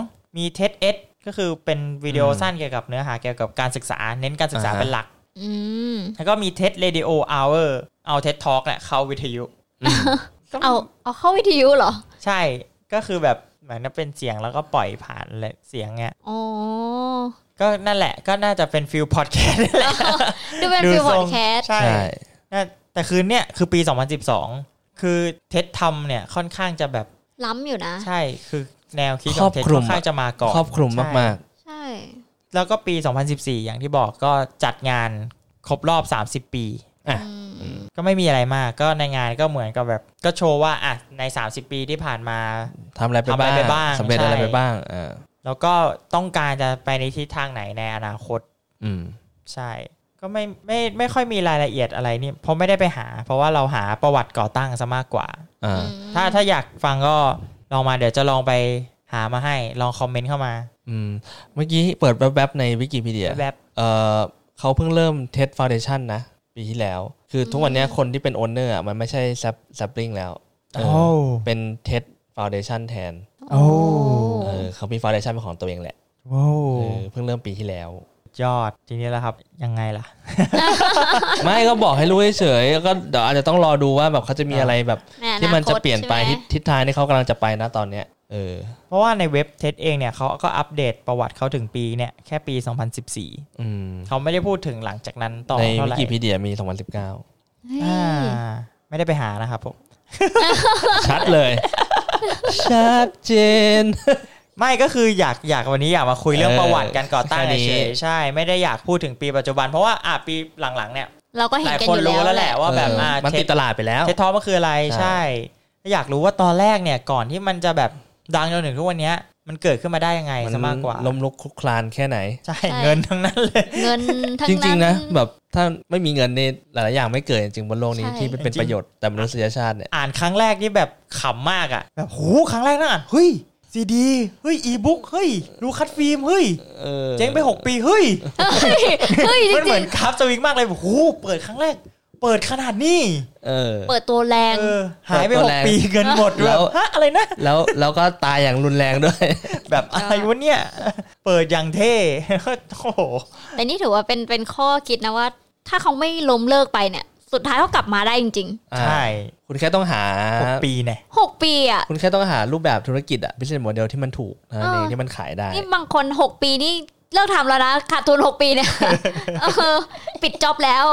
B: 2012 มีเทสเอก็คือเป็นวิดีโอสั้นเกี่ยวกับเนื้อหาเกี่ยวกับการศึกษา เน้นการศึกษาเป็นหลัก
D: อืม
B: แล้วก็มีเทสเรดิโออเวอร์เอาเทสทอล์กแหละเข้าวิทยุ
D: เอาเอาเข้าวิทยุเหรอ
B: ใช่ก็คือแบบเหมือนเป็นเสียงแล้วก็ปล่อยผ่านเลยเสียงเงี้ย
D: อ๋อ
B: ก็นั่นแหละก็น่าจะเป็นฟิลพอดแคสต์นั่นแหละ
D: ดูเป็นฟิลพอดแคสต์
B: ใช่
C: ใช่
B: น่าแต่คือเนี่ยคือปี 2012 คือเท็ดทำเนี่ยค่อนข้างจะแบบ
D: ล้ำอยู่นะ
B: ใช่คือแนวคิดข
C: คร
B: อ
C: อง บ
B: เท็ด
C: คลุ
B: ค่อ
C: ม
B: นข้างจะมาก่อน
C: ครอบคลุมมาก
D: ใช่
B: ๆแล้วก็ปี 2014 อย่างที่บอกก็จัดงานครบรอบ 30 ปี
D: อืม
B: ก็ไม่มีอะไรมากก็ในงานก็เหมือนกับแบบ ก็โชว์ว่าอ่ะใน 30 ปีที่ผ่านมา
C: ๆทำอะไรไป
B: ทำอะไรไปบ้าง
C: บ้างสำเร็จอะไร
B: ใช่
C: ไปบ้างอ่า
B: แล้วก็ต้องการจะไปในทิศทางไหนในอนาคต
C: อืม
B: ใช่ ก็ไม่ไม่ไม่ค่อยมีรายละเอียดอะไรนี่เพราะไม่ได้ไปหา เพราะว่าเราหาประวัติก่อตั้งซะมากกว่า
C: อ่า
D: อืม
B: ถ้าถ้าอยากฟังก็ลองมาเดี๋ยวจะลองไปหามาให้ลองคอมเมนต์เข้ามา
C: อืม เมื่อกี้เปิดแว็บๆในวิกิพีเดีย
B: แบบ
C: เอ่อเขาเพิ่งเริ่มเทสฟ u n เดชันนะ ปีที่แล้ว คือทุกวันเนี้ยคนที่เป็นโอนเนอร์มันไม่ใช่ซับซับลิงแล้วเออเป็นเทสฟ u n เดชันแทน
D: โอ้
C: เออเขามีฟ u n เดชันเป็นของตัวเองแหละ
B: ว้าว
C: เออเพิ่งเริ่มปีที่แล้ว
B: ยอดทีนี้แล้วครับ ยังไงล่ะ
C: ไม่ก็บอกให้รู้เฉยๆแล้วก็เดี๋ยวอาจจะต้องรอดูว่าแบบเขาจะมีอะไรแบบ
D: ใอ
C: ที่มันจะ
D: าคต
C: เปลี่ยนไป
D: ใช่
C: ทิ
D: ห
C: ศ
D: ม
C: ทิศทางที่เขากำลังจะไปนะตอนเนี้ยเออ
B: เพราะว่าในเว็บเท็เองเนี่ยเขาก็อัปเดตประวัติเขาถึงปีเนี่ย แค่ปี 2014
C: อืม
B: เขาไม่ได้พูดถึงหลังจากนั้นต่อ
C: ใน
B: เท่า
C: วิ
B: ไหร่
C: กิพีเดียมี
D: เฮ้ย
B: อ่าไม่ได้ไปหานะครับผม
C: 2019 ชัดเลย ชัดเจน
B: ไม่ก็คืออยากอยากวันนี้อยากมาคุยเรื่อง
C: เออ
B: ประวัติการก่อตั้ง
C: แค่นี้
B: เฉยๆใช่ ไม่ได้อยากพูดถึงปีปัจจุบัน เพราะว่าอ่ะปีหลังๆเนี่ย
D: เราก็
B: ห
D: เห็น
B: ลาย
D: กัน
B: ค
D: อน ยู่
B: รู้
D: แล้
B: แล้ว วแหละ
D: แหละ
B: ว่าแบบ
C: เออ
B: อ่ะ
C: มัน
B: เท็
C: ติ
B: จ
C: ดตลาดไปแล้ว
B: เทสทอมันคืออะไร
C: ใช่
B: ใช่อยากรู้ว่าตอนแรกเนี่ยก่อนที่มันจะแบบดังจนถึงทุกวันเนี้ย มันเกิดขึ้นมาได้ยังไงซะมากกว่า
C: ล้มลุกคลุกคลานแค่ไหน
B: ใช่
D: ใช่
B: เงินทั้งนั้นเลย
D: เงินทั้ง
C: จ
D: นั้น
C: ริง ๆ นะแบบถ้าไม่มีเงินนี่หลายๆอย่างไม่เกิดจริงๆบนโลกนี้
D: ใช่
C: ที่เป็น
B: จริง
C: ประโยชน์แต่มนุษยชาติเนี่ย
B: อ่านครั้งแรกนี่แบบขำมากอ่ะแบบโหครั้งแรกนะอ่านเฮ้ยซีดีเฮ้ยอีบุ๊กเฮ้ยดูคัดฟิล์มเฮ้ย
C: เออ
B: เจ๊งไป 6 ปีเฮ้ย
D: เฮ้ยจ
B: มันเห
D: ริ
B: มือง นคราฟต์สวิงมากเลยแบบโหเปิดครั้งแรก เปิดขนาดนี้
C: เออ
D: ๆเปิดตัวแรง
B: เออหายไป
C: เปิดตัวแรง
B: 6 ปีเงินหมดแบ
C: แล้
B: บ
C: ว
B: ฮะอะไรนะ
C: แล้วแล้วก็ตายอย่างรุนแรงด้วย
B: แบบอะไรวะเนี่ยเปิดอย่างเท่ โอ้โห
D: แต่นี่ถือว่าเป็นเป็นข้อคิดนะว่า ถ้าเขาไม่ล้มเลิกไปเนี่ย สุดท้ายเขากลับมาได้จริง
C: อ่า
B: ใช่
C: คุณแค่ต้องหา
B: หกปีเนี่ย
D: ๆหกปีอ่ะ
C: คุณแค่ต้องหารูปแบบธุรกิจอะ business model ที่มันถูกนะ
D: เออ
C: เองที่มันขายได้
D: นี่บางคนหกปีนี่เลิกทำแล้วนะขาดทุนหกปีเนี่ย เออปิดจ็อบแล้ว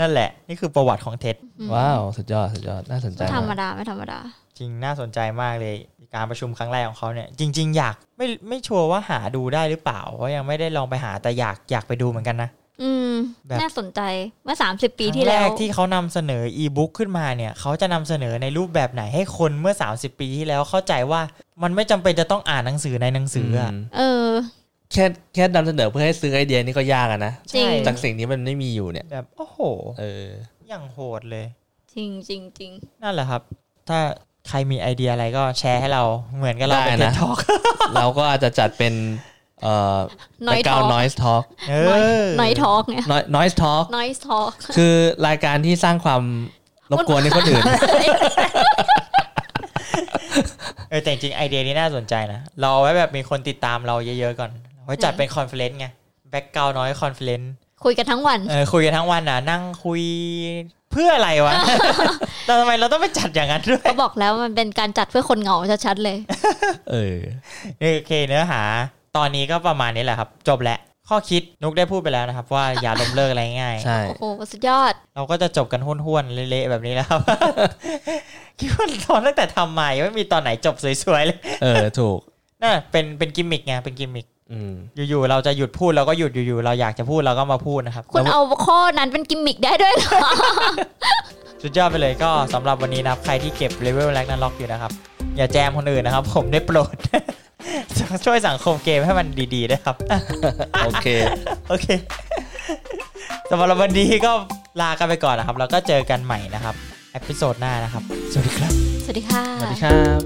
B: นั่นแหละ นี่คือประวัติของเท็ด
C: ว้าว สุดยอด สุดยอด น่าสนใจ
D: ไม่ธรรม
C: มาก
D: ดาไม่ธรรมดา
B: จริงน่าสนใจมากเลย การประชุมครั้งแรกของเขาเนี่ย จริง ๆ อยากไม่ไม่ชัวร์ว่าหาดูได้หรือเปล่า เพราะยังไม่ได้ลองไปหาแต่อยากอยากไปดูเหมือนกันนะ
D: อืม
B: แบบ
D: น่าสนใจเมื่อสามสิบปี
B: ครั้
D: ที่
B: งแร
D: แล้ว
B: กที่เขานำเสนออีบุ๊กขึ้นมาเนี่ย เขาจะนำเสนอในรูปแบบไหนให้คนเมื่อ 30 ปีที่แล้วเข้าใจว่ามันไม่จำเป็นจะต้องอ่านหนังสือในหนังสืออะ
C: ม
D: เออ
C: แค่แค่นำเสนอเพื่อให้ซื้อไอเดียนี่ก็ยากอะนะ
D: จริง
B: ใช่
C: จากสิ่งนี้มันไม่มีอยู่เนี่ย
B: แบบโอ้โห
C: เออ
B: อย่างโหดเลย
D: จริงจริงจริง
B: นั่นแหละครับ ถ้าใครมีไอเดียอะไรก็แชร์ให้เราเหมือนกับเราไป
C: ได้
B: เท็
C: นะ
B: ดทอก
C: เราก็อาจจะจัดเป็น เอ่อ
D: น้อย
C: เกา
D: ท้อง
C: noise talk
B: เออ
D: น้อยทอกเนี่ย
C: Noi- noise talk
D: น้อยทอก
C: คือรายการที่สร้างความรบกวนให้คน อื่น
B: เออแต่จริงๆไอเดียนี้น่าสนใจนะ เราเอาไว้แบบมีคนติดตามเราเยอะๆก่อนไว้จัด
D: อืม
B: เป็นคอนเฟลเลนต์ไงแบ็กกราวน้อยคอนเฟลเลนต์
D: คุยกันทั้งวัน
B: เออคุยกันทั้งวันนะนั่งคุยเพื่ออะไรวะ แต่ทำไมเราต้องไปจัดอย่างนั้นด้วย
D: ก็บอกแล้วมันเป็นการจัดเพื่อคนเหงาชัดๆเลย
C: เออ
B: นี่โอเคเนื้อหา ตอนนี้ก็ประมาณนี้แหละครับ จบแล้วข้อคิดนุกได้พูดไปแล้วนะครับ ว่าอย่าล้มเลิกอะไรง่าย
C: ใช่
D: โอ้โห สุดยอด
B: เราก็จะจบกันห้วนๆเละๆแบบนี้แล้วครับ คิดว่าตอนตั้งแต่ทำมายังไม่มีตอนไหนจบสวยๆเลย
C: เออ ถูก
B: น่าเป็นเป็นกิมมิกไงเป็นกิมมิก
C: อืม
B: อยู่ๆเราจะหยุดพูดเราก็หยุดอยู่ๆเราอยากจะพูดเราก็มาพูดนะครับ
D: คุณเอาข้อนั้นเป็นกิมมิกได้ด้วยเหรอ
B: สุดยอดไปเลยก็สำหรับวันนี้นะครับ ใครที่เก็บเลเวลแรกนั้นล็อกอยู่นะครับ อย่าแจมคนอื่นนะครับ ผมได้โปรด ช่วยสังคมเกมให้มันดีๆด้วยครับ
C: โอเค
B: โอเคสำหรับวันนี้ก็ลากันไปก่อนนะครับ แล้วก็เจอกันใหม่นะครับเอพิโซดหน้านะครับ สวัสดีครับ
D: สวัสดีค่ะ
C: สวัสดีครับ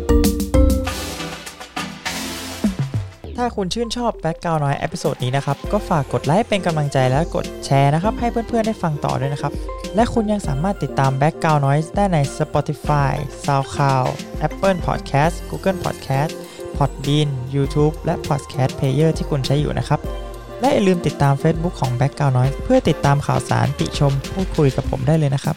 B: ถ้าคุณชื่นชอบแบ็กกราวน้อยเอพิโซดนี้นะครับ ก็ฝากกดไลค์เป็นกำลังใจและกดแชร์นะครับ ให้เพื่อนๆได้ฟังต่อด้วยนะครับ และคุณยังสามารถติดตามแบ็กกราวน้อยได้ใน Spotify, SoundCloud, Apple Podcast, Google Podcast, Podbean, YouTube และ Podcast Player ที่คุณใช้อยู่นะครับ และอย่าลืมติดตาม Facebook ของ b a c k g r o u n d Noise เพื่อติดตามข่าวสารติชมพูดคุยกับผมได้เลยนะครับ